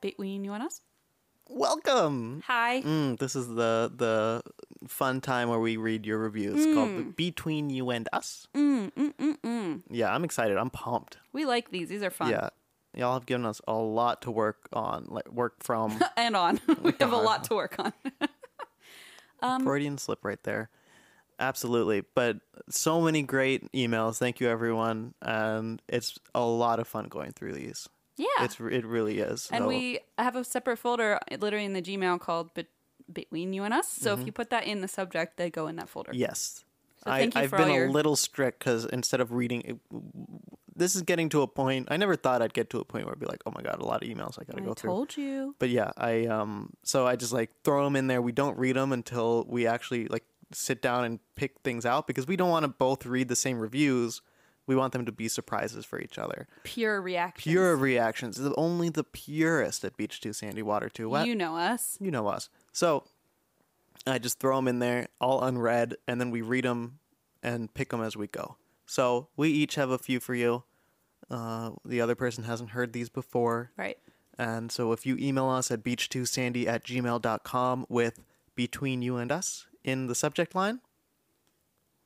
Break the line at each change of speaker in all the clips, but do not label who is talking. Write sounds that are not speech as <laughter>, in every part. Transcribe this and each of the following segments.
between you and us.
Welcome.
Hi.
Mm, this is the the fun time where we read your reviews called the Between You and Us.
Mm, mm, mm, mm.
Yeah, I'm excited. I'm pumped.
We like these. These are fun.
Yeah. Y'all have given us a lot to work on, like
<laughs>
work from
And
<laughs>
on. we have a lot to work on. Um,
Freudian slip right there. Absolutely. But so many great emails. Thank you everyone. And it's a lot of fun going through these.
<laughs> yeah.
It's it really is.
and
So-
we have a separate folder uh, literally in the Gmail called Be- Between You and Us. So
Mm-hmm.
if you put that in the subject, they go in that folder.
Yes.
So
I,
thank you
I've
for
been
all your-
a little strict because instead of reading, it, this is getting to a point. I never thought I'd get to a point where I'd be like, oh my God, a lot of emails I got to
I
go through.
told you.
But yeah, I, um, so I just like throw them in there. We don't read them until we actually like sit down and pick things out because we don't want to both read the same reviews. We want them to be surprises for each other.
Pure reaction.
Pure reactions. The- Only the purest at Beach 2 Sandy Water 2 Wet
You know us.
you know us. So I just throw them in there, all unread, and then we read them and pick them as we go. So we each have a few for you. Uh, the other person hasn't heard these before.
Right.
And so if you email us at beach2sandy at gmail.com with between you and us in the subject line,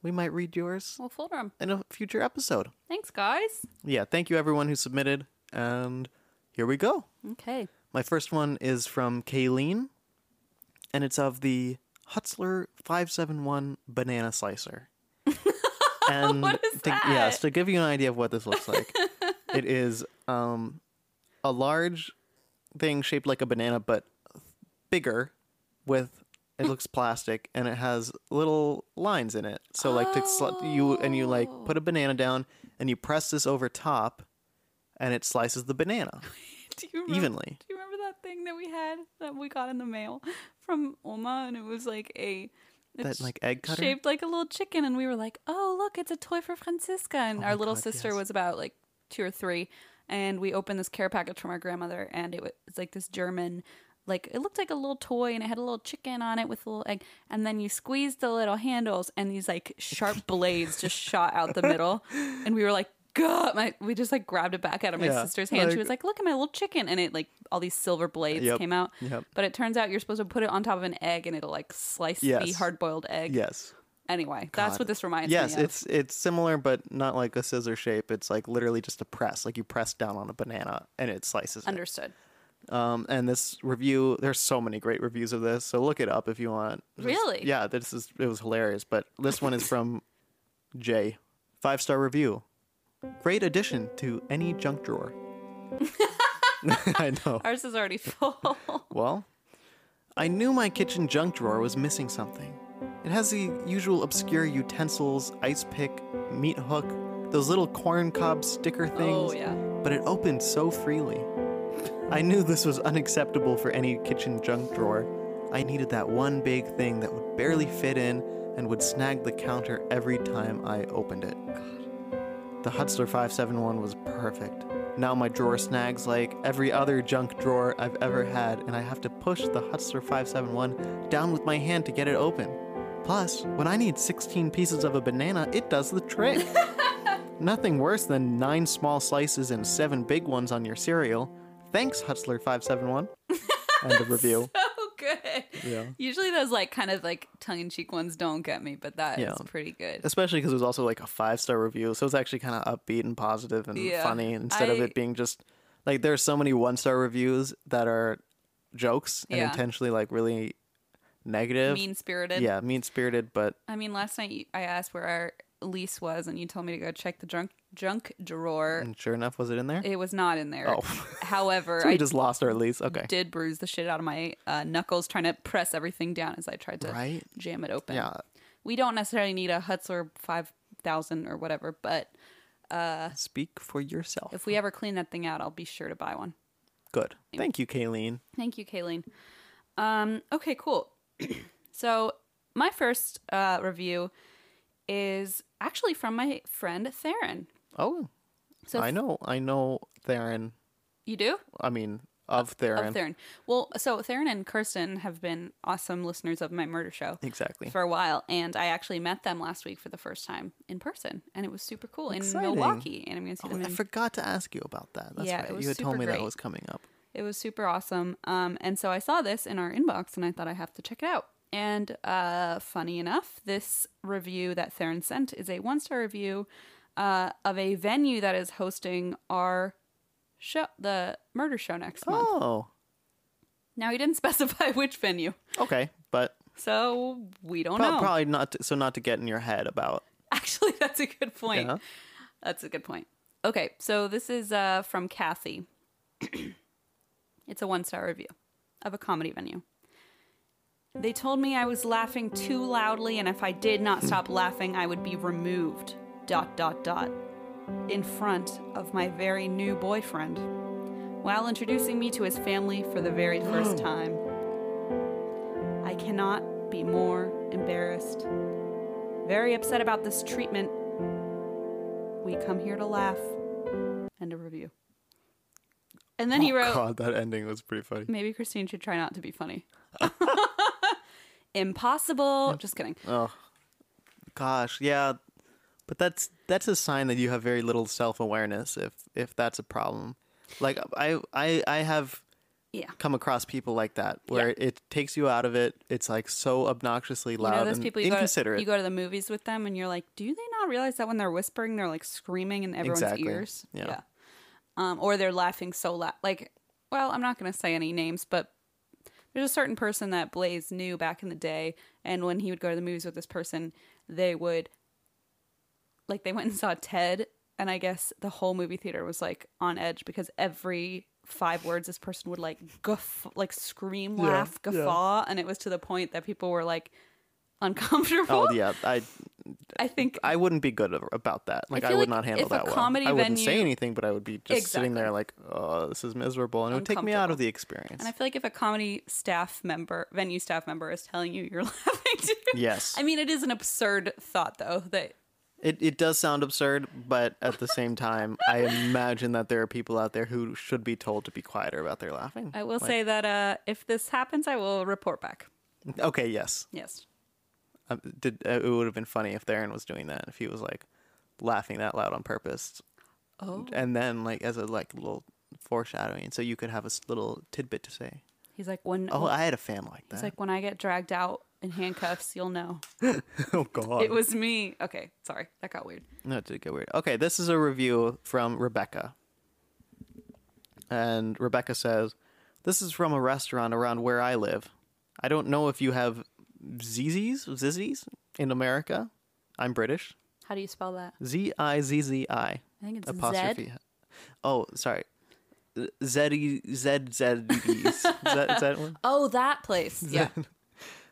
we might read yours
We'll folder them.
in a future episode.
Thanks, guys.
Yeah, thank you everyone who submitted. And here we go.
Okay.
My first one is from Kayleen, and it's of the Hutzler 571
<laughs>
banana slicer. and
What is
to,
that?
yes, to give you an idea of what this looks like,
<laughs>
it is um, a large thing shaped like a banana, but bigger. With
<laughs>
it looks plastic, and it has little lines in it. So like to sl- you and you like
Oh.
put a banana down, and you press this over top, and it slices the banana.
Do you remember,
Evenly.
Do you remember that thing that we had that we got in the mail <laughs> from Oma, and it was like a
That
it's
like egg cutter.
shaped like a little chicken and we were like oh look it's a toy for francisca
Oh
and our little sister was about like two or three and we opened this care package from our grandmother and it was like this german like it looked like a little toy and it had a little chicken on it with a little egg and then you squeezed the little handles and these like
<laughs>
sharp blades just shot out the middle and we were like God, my, we just like grabbed it back out of my
Yeah,
sister's hand. she
like-
was like, "Look at my little chicken!" And it like all these silver blades
Yep,
came out.
yep.
But it turns out you're supposed to put it on top of an egg, and it'll like slice the
Yes.
hard-boiled egg.
Yes.
Anyway, that's what this reminds
yes,
me of.
it's it's similar, but not like a scissor shape. It's like literally just a press. Like you press down on a banana and it slices. it.
understood.
Um, and this review, there's so many great reviews of this. So look it up if you want. Just-
Really?
yeah, this is it was hilarious. But this one is from Jay, five star review. Great addition to any junk drawer. <laughs> I know.
Ours is already <laughs> full.
Well, I knew my kitchen junk drawer was missing something. It has the usual obscure utensils, ice pick, meat hook, those little corn cob sticker
oh
things,
yeah.
but it opened so freely. I knew this was unacceptable for any kitchen junk drawer. I needed that one big thing that would barely fit in and would snag the counter every time I opened it. The Hutzler 571 was perfect. Now my drawer snags like every other junk drawer I've ever had, and I have to push the Hutzler 571 down with my hand to get it open. Plus, when I need 16 pieces of a banana, it does the trick. Nothing worse than nine small slices and seven big ones on your cereal. Thanks, Hutzler 571. End of review.
Oh good.
Yeah.
Usually those like kind of like tongue in cheek ones don't get me, but that is
Yeah.
pretty good.
Especially because it was also like a five star review, so it's actually kind of upbeat and positive and
Yeah.
funny instead of
I-
it being just like there are so many one star reviews that are jokes and
Yeah.
intentionally like really negative.
Mean spirited.
Yeah, mean spirited, but
I mean, last night you- I asked where our lease was, and you told me to go check the junk junk drawer.
and sure enough, was it in there?
It was not in there.
Mm. Oh.
<laughs> However,
<laughs> so we
I
just lost our lease. Okay.
did bruise the shit out of my uh, knuckles trying to press everything down as I tried to
Right?
jam it open.
Yeah.
We don't necessarily need a Hutzler 5000 or whatever, but
Speak for yourself.
if we ever clean that thing out, I'll be sure to buy one.
Good. Thank you, Kayleen.
Thank you, Kayleen. Um, okay, cool. <clears throat> so my first uh, review is actually from my friend Theron.
Oh,
So
I know. I know Theron.
you do?
I mean, of Theron.
Of Theron. Well, so Theron and Kirsten have been awesome listeners of my murder show
Exactly.
for a while, and I actually met them last week for the first time in person, and it was super cool
Exciting.
in Milwaukee. And I'm going to see
Oh,
them.
I
in-
forgot to ask you about that. That's
Yeah,
right.
it was
you had told
super
me that
great.
was coming up.
it was super awesome. Um, and so I saw this in our inbox, and I thought I have to check it out. And uh, funny enough, this review that Theron sent is a one star review uh, of a venue that is hosting our show, the murder show next month.
Oh,
Now he didn't <laughs> specify which venue,
okay, but
so we don't
prob-
know.
probably not. To, so not to get in your head about.
<laughs> Actually, that's a good point.
Yeah.
That's a good point. Okay, so this is uh, from Kathy. it's a one star review of a comedy venue. They told me I was laughing too loudly, and if I did not stop laughing, I would be removed. Dot, dot, dot. In front of my very new boyfriend while introducing me to his family for the very first time. I cannot be more embarrassed. Very upset about this treatment. We come here to laugh. End of review. And then <laughs> he wrote,
Oh, God, that ending was pretty funny.
Maybe Christine should try not to be
<laughs>
funny. Impossible. Just kidding.
Oh, gosh, yeah, but that's that's a sign that you have very little self awareness. If if that's a problem, like I I I have
Yeah.
come across people like that where it takes you out of it. It's like so obnoxiously
You
loud
know those
and
people you go, to,
inconsiderate.
you go to the movies with them and you're like, do they not realize that when they're whispering, they're like screaming in everyone's
Exactly.
ears?
Yeah.
Um, or they're laughing so loud. Like, well, I'm not going to say any names, but there's a certain person that Blaze knew back in the day. And when he would go to the movies with this person, they would, like, they went and saw Ted. And I guess the whole movie theater was like on edge because every five words this person would like guff, like scream, laugh,
yeah.
guffaw. And it was to the point that people were like, <laughs> uncomfortable.
oh yeah, I
I think
I wouldn't be good a- about that. Like I,
feel
would
like
not handle
if a
that well.
comedy
I wouldn't say
venue-
anything, but I would be just sitting there like, "Oh, this is miserable," and it would take me out of the experience.
and I feel like if a comedy staff member, venue staff member is telling you you're <laughs> laughing too.
Yes.
I mean, it is an absurd thought though that
It it does sound absurd, but at the same time, I imagine that there are people out there who should be told to be quieter about their laughing.
I will say that uh if this happens I will report back.
Okay, yes,
Yes.
um, did, uh, it would have been funny if Theron was doing that. If he was like laughing that loud on purpose,
Oh.
and then like as a like little foreshadowing, so you could have a s- little tidbit to say.
He's like when
Oh, I had a fan like that.
he's like when I get dragged out in handcuffs, you'll know.
<laughs> oh God,
It was me. Okay, sorry. That got weird.
No, it did get weird. Okay, this is a review from Rebecca. And Rebecca says, This is from a restaurant around where I live. I don't know if you have Zizis, Zizis in America. I'm British.
How do you spell that?
Z I Z Z I.
I think it's
Apostrophe. Oh, sorry. Z E Z Z
<laughs>
Z's. Is that, is that one?
Oh, that
<laughs>
place. Yeah.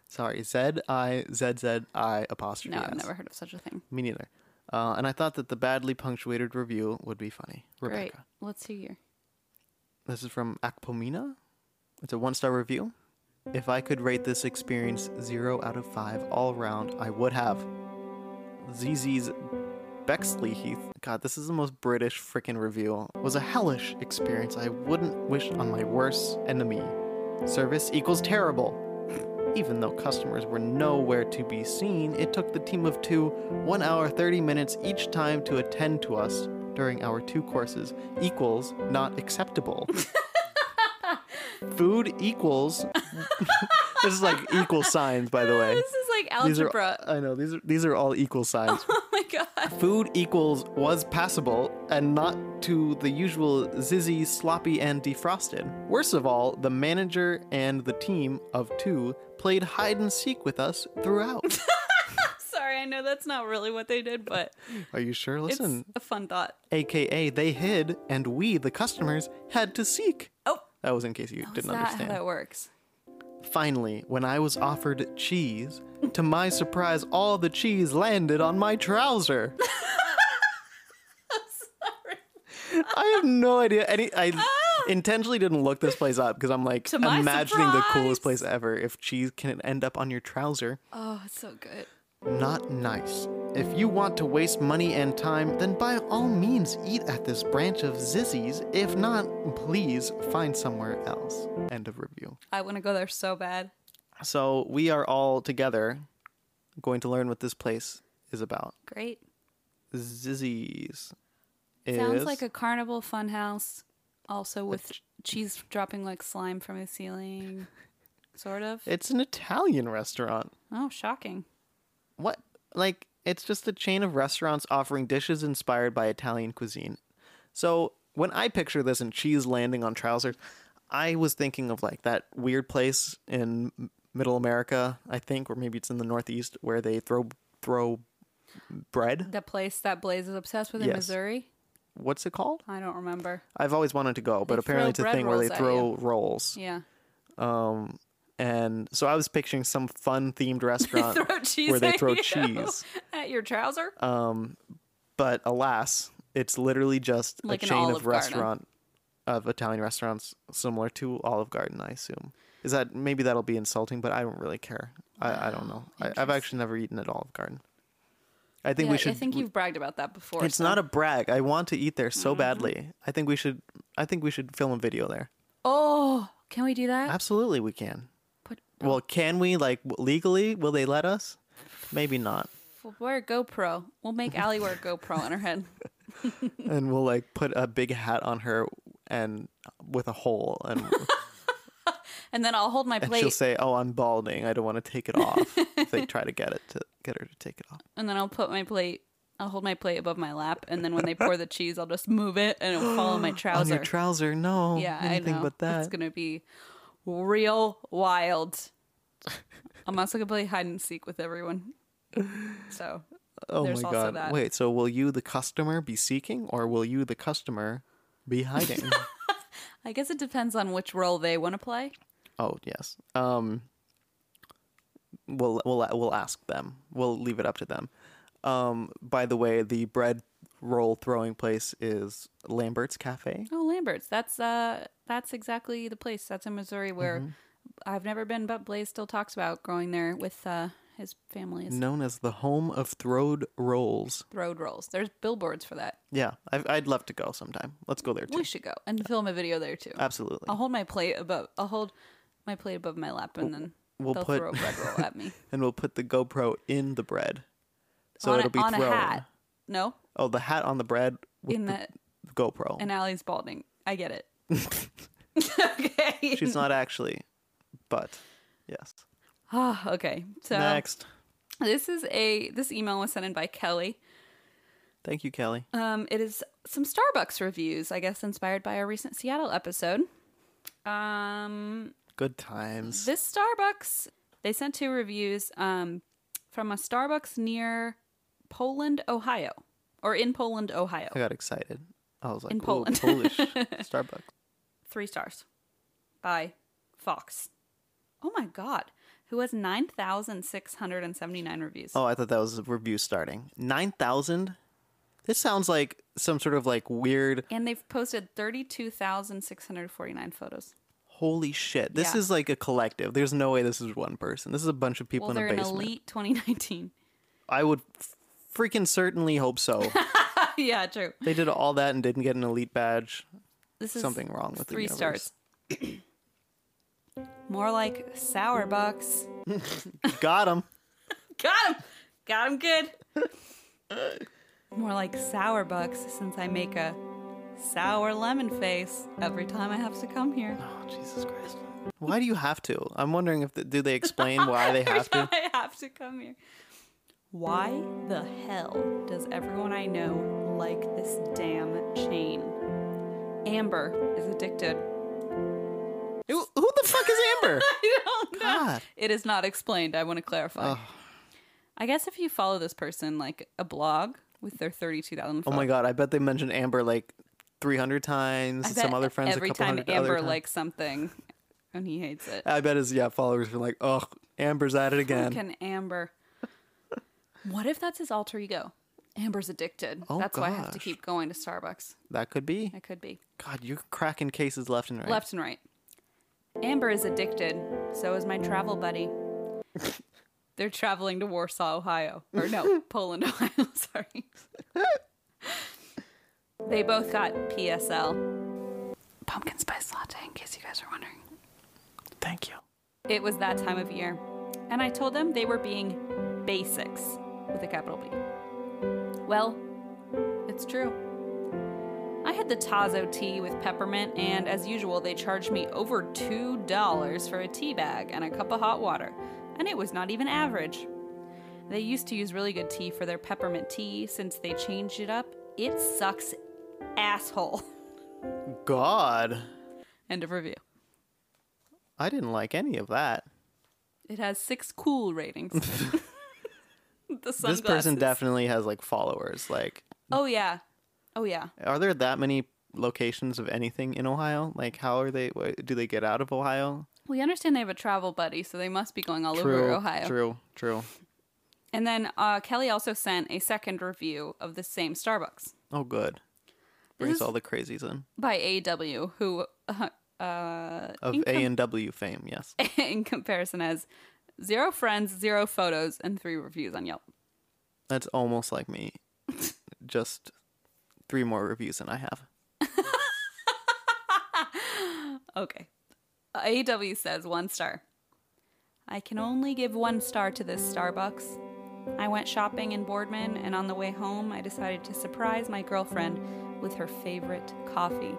Sorry. Z I Z Z I apostrophe.
No, I've
S.
never heard of such a thing.
Me neither. Uh, and I thought that the badly punctuated review would be funny. Rebecca.
Great. Let's see here.
This is from Akpomina. It's a one star review. If I could rate this experience 0 out of 5 all round, I would have. ZZ's Bexley Heath. God, this is the most British frickin' review. Was a hellish experience I wouldn't wish on my worst enemy. Service equals terrible. Even though customers were nowhere to be seen, it took the team of two 1 hour 30 minutes each time to attend to us during our two courses. Equals not acceptable. Food equals. <laughs> this is like equal signs, by the way.
This is like
These are,
algebra. <laughs>
I know these are these are all equal signs.
oh my god. <laughs>
Food equals was passable and not to the usual zizzy, sloppy, and defrosted. Worst of all, the manager and the team of two played hide and seek with us
<laughs>
throughout.
Sorry, I know that's not really what they did, but
Are you sure?
it's
Listen,
a fun thought.
AKA they hid and we, the customers, had to seek.
Oh,
That was in case you
is
didn't
that
understand.
how that works?
Finally, when I was offered cheese, to my surprise, all the cheese landed on my
<laughs>
trouser. I have no idea. Any, I intentionally didn't look this place up because I'm like
Ah. To my
imagining the coolest
surprise.
place ever. If cheese can end up on your trouser,
Oh, it's so good.
not nice. If you want to waste money and time, then by all means eat at this branch of Zizzy's. If not, please find somewhere else. End of review.
I want to go there so bad.
So we are all together going to learn what this place is about.
Great.
Zizzy's. Is
Sounds like a carnival funhouse, also with cheese dropping like slime from the
<laughs>
ceiling, sort of.
It's an Italian restaurant.
oh, shocking.
What? Like, it's just a chain of restaurants offering dishes inspired by Italian cuisine. So when I picture this and cheese landing on trousers, I was thinking of like that weird place in M- Middle America, I think, or maybe it's in the Northeast, where they throw throw bread.
The place that Blaze is obsessed with in
Yes.
Missouri?
What's it called?
I don't remember.
I've always wanted to go, but
They throw
apparently it's a
bread
thing where they
rolls at
throw rolls.
Yeah. <laughs>
And so I was picturing some
<laughs>
fun themed restaurant
Throw cheese
where they
at
throw
you.
cheese.
<laughs> At your trouser?
but alas, it's literally just
Like
a
an
chain
Olive
of
Garden.
restaurant of Italian restaurants similar to Olive Garden, I assume. Is that maybe that'll be insulting, but I don't really care. I, I don't know. I, I've actually never eaten at Olive Garden. I think
yeah,
we should.
I think you've bragged about that before.
it's not a brag. I want to eat there so
Mm-hmm.
badly. I think we should. I think we should film a video there.
Oh, can we do that?
Absolutely, we can.
Put, oh.
Well, can we like w- legally? Will they let us? Maybe
<laughs>
not.
we'll wear a GoPro. We'll
<laughs>
make Allie wear a GoPro on her head.
and we'll like put a big hat on her and uh, with a hole,
<laughs>
and,
And then I'll hold my
and
plate.
she'll say, "Oh, I'm balding. I don't want to take it off." if they try to get it to get her to take it off.
and then I'll put my plate. I'll hold my plate above my lap, and then when they pour the cheese, I'll just move it and it'll fall on my trouser.
<gasps> On your trouser, no.
Oh, yeah,
anything
I know.
but that.
It's gonna be real
<laughs>
wild. I'm also gonna play hide and seek with everyone. So
oh
there's
my
also
god!
that.
Wait, so will you, the customer, be seeking, or will you, the customer, be hiding?
<laughs> I guess it depends on which role they want to play.
oh yes. Um. We'll we'll we'll ask them. We'll leave it up to them. Um. By the way, the bread roll throwing place is Lambert's Cafe.
Oh, Lambert's. That's uh, that's exactly the place. That's in Missouri where
Mm-hmm.
I've never been, but Blaze still talks about growing there with uh, his family. His
known as the home of throwed rolls.
road rolls. There's billboards for that.
Yeah, i I'd love to go sometime. Let's go there too.
We should Oh. go and film a video there too.
Absolutely.
I'll hold my plate above. I'll hold my plate above my lap, and then
we'll
they'll
put-
throw a bread roll at me.
And we'll put the GoPro in the bread, <laughs> so
on
it'll
a,
be
on
thrown.
a hat. No,
Oh, the hat on the bread with
in
the,
the
GoPro.
and Allie's balding. I get
<laughs>
it. <laughs> okay.
She's not actually, but yes.
Ah, <sighs> okay. So
Next,
this is a this email was sent in by Kelly.
thank you, Kelly.
Um, it is some Starbucks reviews, I guess, inspired by our recent Seattle episode. Um,
Good times.
This Starbucks, they sent two reviews um, from a Starbucks near Poland, Ohio, or in Poland, Ohio.
I got excited. I was like,
In
"Ooh,
Poland." <laughs>
Polish Starbucks.
Three stars by Fox. Oh my God, who has 9,679 reviews.
Oh, I thought that was a review starting nine thousand. This sounds like some sort of like weird
And they've posted 32,649 photos.
Holy shit. This
Yeah.
is like a collective. There's no way this is one person. This is a bunch of people
Well,
in
they're
a
an
basement.
elite 2019.
I would f- freaking certainly
<laughs>
hope so.
yeah, true.
they did all that and didn't get an elite badge.
This is
Something wrong with the
three stars.
universe.
More like sour bucks.
Got him.
Got him.
<laughs>
Got him good. More like sour bucks since I make a sour lemon face every time I have to come here.
Oh, Jesus Christ. Why do you have to? I'm wondering if the, do they explain
<laughs>
why they
every
have
time
to?
I have to come here. Why the hell does everyone I know like this damn chain? Amber is addicted.
Who, who the fuck is Amber?
<laughs> I don't know.
God.
It is not explained. I want to clarify.
Ugh.
I guess if you follow this person, like a blog with their 32,000
Oh my god, I bet they mentioned Amber like 300 times,
I
and
bet
some other friends
every
a couple
time
hundred
Amber
other times.
likes something <laughs> and he hates
<laughs>
it.
I bet his yeah followers were like, "Oh, Amber's at it again."
Fucking
<laughs>
Amber. What if that's his alter ego? Amber's addicted.
Oh,
that's why I have to
gosh.
keep going to Starbucks.
That could be.
I could be.
God, you're cracking cases left and right.
Left and right. Amber is addicted. So is my travel buddy. They're traveling to Warsaw, Ohio. Or no, Poland, Ohio. <laughs> Sorry. they both got PSL. Pumpkin spice latte, in case you guys are wondering.
Thank you.
It was that time of year. And I told them they were being basics with a capital B. Well, it's true. I had the Tazo tea with peppermint, and as usual, they charged me over $2 for a tea bag and a cup of hot water, and it was not even average. They used to use really good tea for their peppermint tea. Since they changed it up, it sucks asshole. <laughs>
God,
End of review.
I didn't like any of that.
It has six cool ratings. <laughs> the
This person
sunglasses.
definitely has like followers. Like,
Oh yeah, oh yeah.
are there that many locations of anything in Ohio? Like, how are they? wh- Do they get out of Ohio?
We understand they have a travel buddy, so they must be going all
true.
over Ohio.
True. True.
And then uh, Kelly also sent a second review of the same Starbucks
Oh, good. Brings
is-
all the crazies in
by AW, who <laughs> uh, uh,
of
in,
A and W fame.
<laughs>
Yes.
in comparison has zero friends, zero photos, and three reviews on Yelp.
That's almost like me. Just three more reviews than I have.
Okay. AW says one star. I can only give one star to this Starbucks. I went shopping in Boardman, and on the way home, I decided to surprise my girlfriend with her favorite coffee.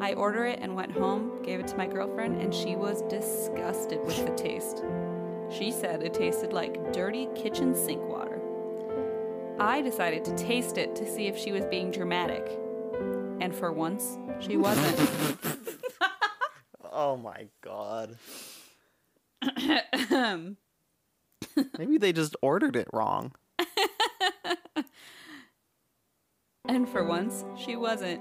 I ordered it and went home, gave it to my girlfriend, and she was disgusted with the taste. She said it tasted like dirty kitchen sink water. I decided to taste it to see if she was being dramatic. And for once, she wasn't.
Oh my god. Maybe they just ordered it wrong.
And for once, she wasn't.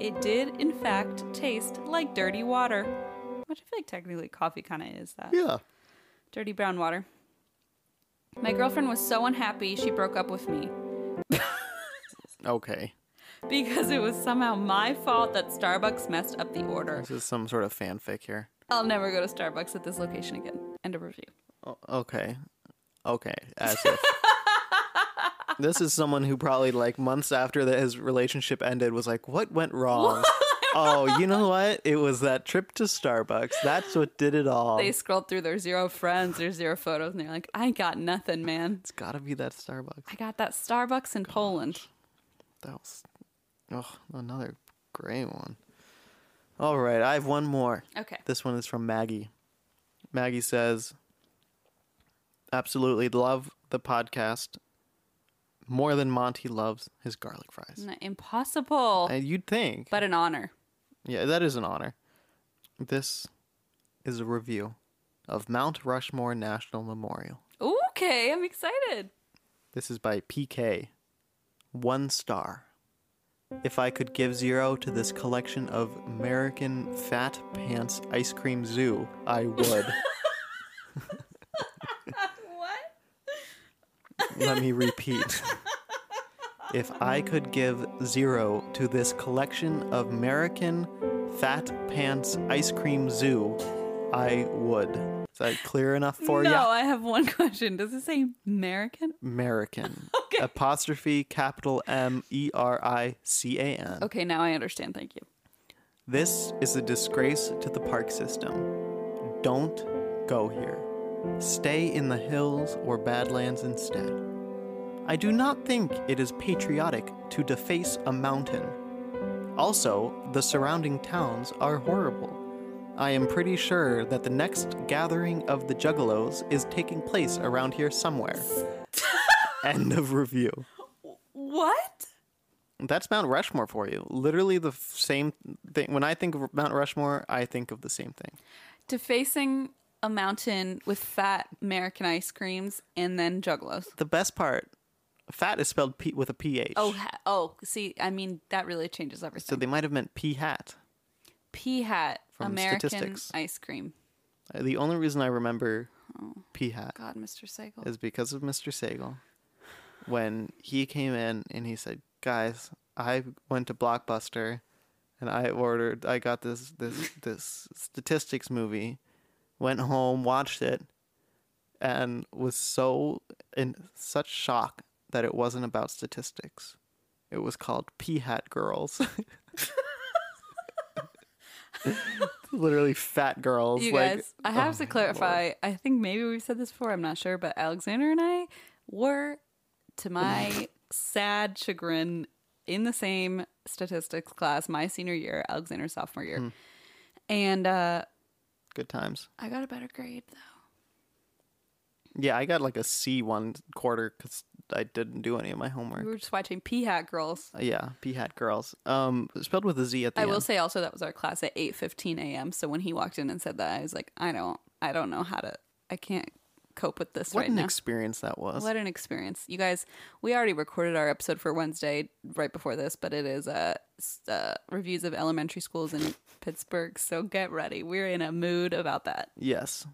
It did, in fact, taste like dirty water. Which I feel like technically coffee kind of is that.
Yeah.
Dirty brown water. My girlfriend was so unhappy she broke up with me <laughs>
Okay.
because it was somehow my fault that Starbucks messed up the order.
This is some sort of fanfic here.
I'll never go to Starbucks at this location again. End of review.
O- okay. Okay. As <laughs> if. this is someone who probably like months after that his relationship ended was like, "What went wrong?" oh, you know what? It was that trip to Starbucks. That's what did it all.
They scrolled through their zero friends, their zero photos, and they're like, I got nothing, man.
It's got to be that Starbucks.
I got that Starbucks in Poland.
That was oh, another gray one. All right, I have one more.
Okay.
This one is from Maggie. Maggie says, "Absolutely love the podcast more than Monty loves his garlic fries."
N- Impossible,
And you'd think,
but an honor.
yeah, that is an honor. This is a review of Mount Rushmore National Memorial.
Okay, I'm excited.
This is by PK. One star. If I could give zero to this collection of American Fat Pants Ice Cream Zoo, I would.
What?
Let me repeat. If I could give zero to this collection of American Fat Pants Ice Cream Zoo, I would. Is that clear enough for
no,
you?
I have one <laughs> question. Does it say American?
American.
<laughs> Okay.
Apostrophe capital M E R I C A N.
Okay, now I understand. Thank you.
This is a disgrace to the park system. Don't go here. Stay in the hills or badlands instead. I do not think it is patriotic to deface a mountain. Also, the surrounding towns are horrible. I am pretty sure that the next gathering of the Juggalos is taking place around here somewhere. End of review.
What?
That's Mount Rushmore for you. Literally the f- same thing. When I think of Mount Rushmore, I think of the same thing.
Defacing a mountain with fat American ice creams and then juggalos.
The best part, fat is spelled P- with a PH.
Oh, ha- oh, see, I mean, that really changes everything.
So they might have meant P hat.
P hat,
From
American
statistics.
ice cream.
Uh, The only reason I remember P hat
God, Mr. Segal.
is because of Mr. Sagal. When he came in and he said, "Guys, I went to Blockbuster and I ordered I got this
<laughs>
this this statistics movie, went home, watched it and was so in such shock that it wasn't about statistics. It was called P
<laughs>
Hat Girls. <laughs> Literally fat girls.
You
like,
guys, I have
oh
to
my lord.
clarify. I think maybe we've said this before. I'm not sure, but Alexander and I were, to my sad chagrin, in the same statistics class my senior year, Alexander's sophomore
Hmm.
year, and uh,
Good times.
I got a better grade though.
Yeah, I got like a C one quarter because I didn't do any of my
We
homework. Uh,
were just watching P Hat Girls.
Yeah, P hat girls. Um, spelled with a Z at the
I
end.
will say also that was our class at 8:15 a.m. So when he walked in and said that, I was like, I don't, I don't know how to, I can't cope with this
what
right
an
now.
experience that was.
What an experience, you guys! We already recorded our episode for Wednesday right before this, but it is uh, s- uh reviews of elementary schools in Pittsburgh. So get ready, we're in a mood about that.
yes.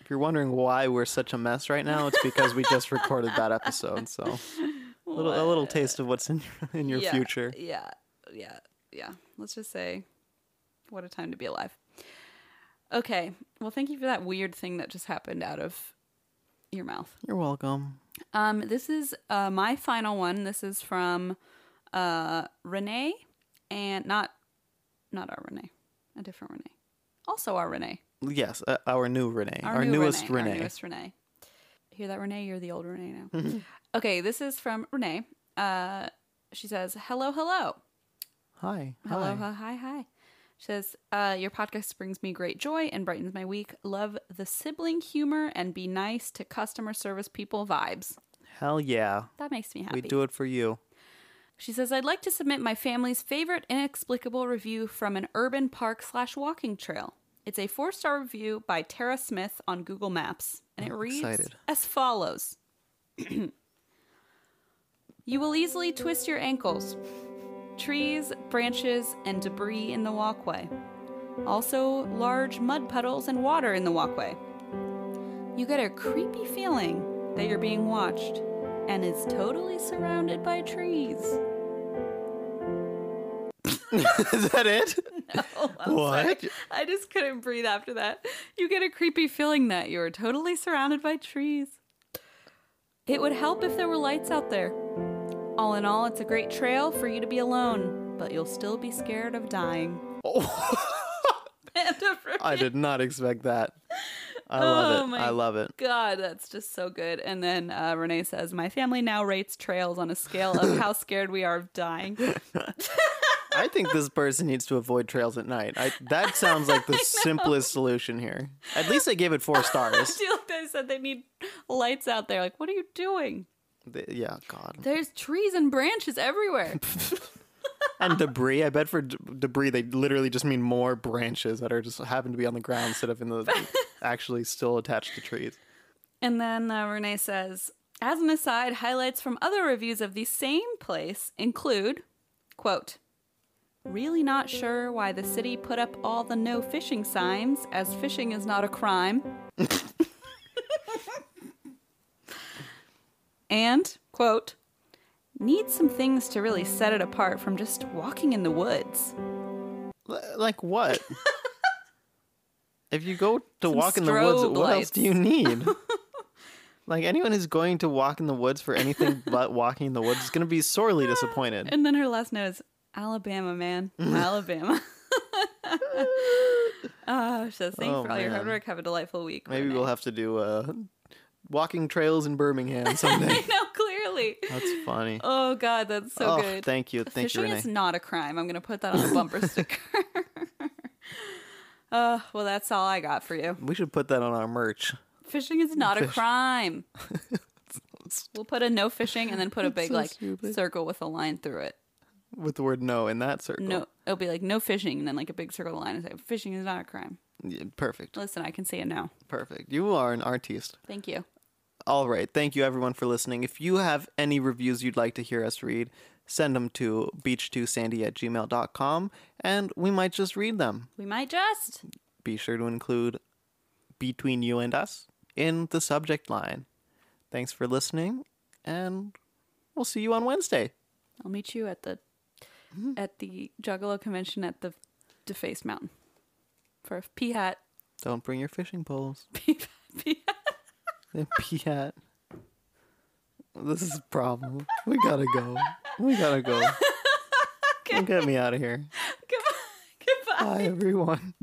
If you're wondering why we're such a mess right now, it's because we just recorded that
<laughs>
episode. So, a little, a little taste of what's in your, in your
yeah,
future.
Yeah, yeah, yeah. Let's just say, what a time to be alive. Okay, well, thank you for that weird thing that just happened out of your mouth.
You're welcome.
Um, this is uh, my final one. This is from uh, Renee, and not not our Renee, a different Renee. Also our Renee,
Yes, uh, our new Renee,
our,
our,
new
newest Renee.
Renee, our newest Renee. Hear that, Renee? You're the old Renee
<laughs>
now. okay, this is from Renee. Uh, she says, "Hello, hello."
Hi.
Hello, hi,
Hi.
hi. hi. She says, uh, Your podcast brings me great joy and brightens my week. Love the sibling humor and be nice to customer service people vibes.
Hell yeah.
That makes me happy.
We do it for you. <laughs>
She says, I'd like to submit my family's favorite inexplicable review from an urban park slash walking trail. It's a four star review by Tara Smith on Google Maps, and it reads
excited.
as follows <clears throat> You will easily twist your ankles, trees, branches, and debris in the walkway. Also, large mud puddles and water in the walkway. You get a creepy feeling that you're being watched and is totally surrounded by trees.
Is
<laughs>
that it? what?
I just couldn't breathe after that. You get a creepy feeling that you're totally surrounded by trees. It would help if there were lights out there. All in all, it's a great trail for you to be alone, but you'll still be scared of
<laughs>
dying. <laughs> End of review.
I did not expect that. I
Oh
love it.
my
I love it.
God, that's just so good. And then uh, Renee says, My family now rates trails on a scale of
<coughs>
how scared we are of dying. <laughs>
I think this person needs to avoid trails at night. I, that
<laughs>
sounds like the simplest solution here. At least I gave it
<laughs>
four stars.
feel like they said they need lights out there. Like, what are you doing?
The- yeah, God.
There's trees and branches
<laughs>
everywhere.
And debris. I bet for d- debris, they literally just mean more branches that are just happen to be on the ground instead of in the
<laughs>
actually still attached to trees.
And then uh, Renee says, as an aside, highlights from other reviews of the same place include, quote, Really not sure why the city put up all the no fishing signs, as fishing is not a crime. and, quote, Need some things to really set it apart from just walking in the woods.
L- like what? if you go to walk in the woods,
strobe
what else
lights.
do
<laughs>
you need? like anyone who's going to walk in the woods for anything but walking in the woods is going to be sorely disappointed.
And then her last note is Alabama,
<laughs>
man. Alabama. <laughs> oh, she says, thanks
Oh,
for all your hard
man.
work. Have a delightful week.
Maybe
Renee."
we'll have to do uh, walking trails in Birmingham someday.
<laughs> No, Really?
<laughs> That's funny.
Oh God, that's so
oh,
good.
thank you, thank you,
Fishing
Renee.
is not a crime. I'm gonna put that on a
<laughs>
bumper sticker. <laughs> Uh, well, that's all I got for you.
we should put that on our merch.
Fishing is not a
<laughs>
crime. we'll put a no fishing and then put a big
so
like
stupid.
circle with a line through it.
with the word no in that circle.
No, it'll be like no fishing and then like a big circle with a line and say fishing is not a crime.
Yeah, perfect.
Listen, I can see it now.
Perfect. You are an artiste.
Thank you.
All right. Thank you, everyone, for listening. If you have any reviews you'd like to hear us read, send them to beach2sandy at gmail.com and we might just read them.
We might just.
Be sure to include between you and us in the subject line. Thanks for listening and we'll see you on Wednesday.
I'll meet you at the at the Juggalo convention at the Deface Mountain for a pea <laughs> hat.
Don't bring your fishing poles. <laughs>
Pea, pea hat.
Pee hat. This is a problem. We gotta go. We gotta go. Get me out of here.
Goodbye. Goodbye.
Uh,
<laughs>
Bye, everyone.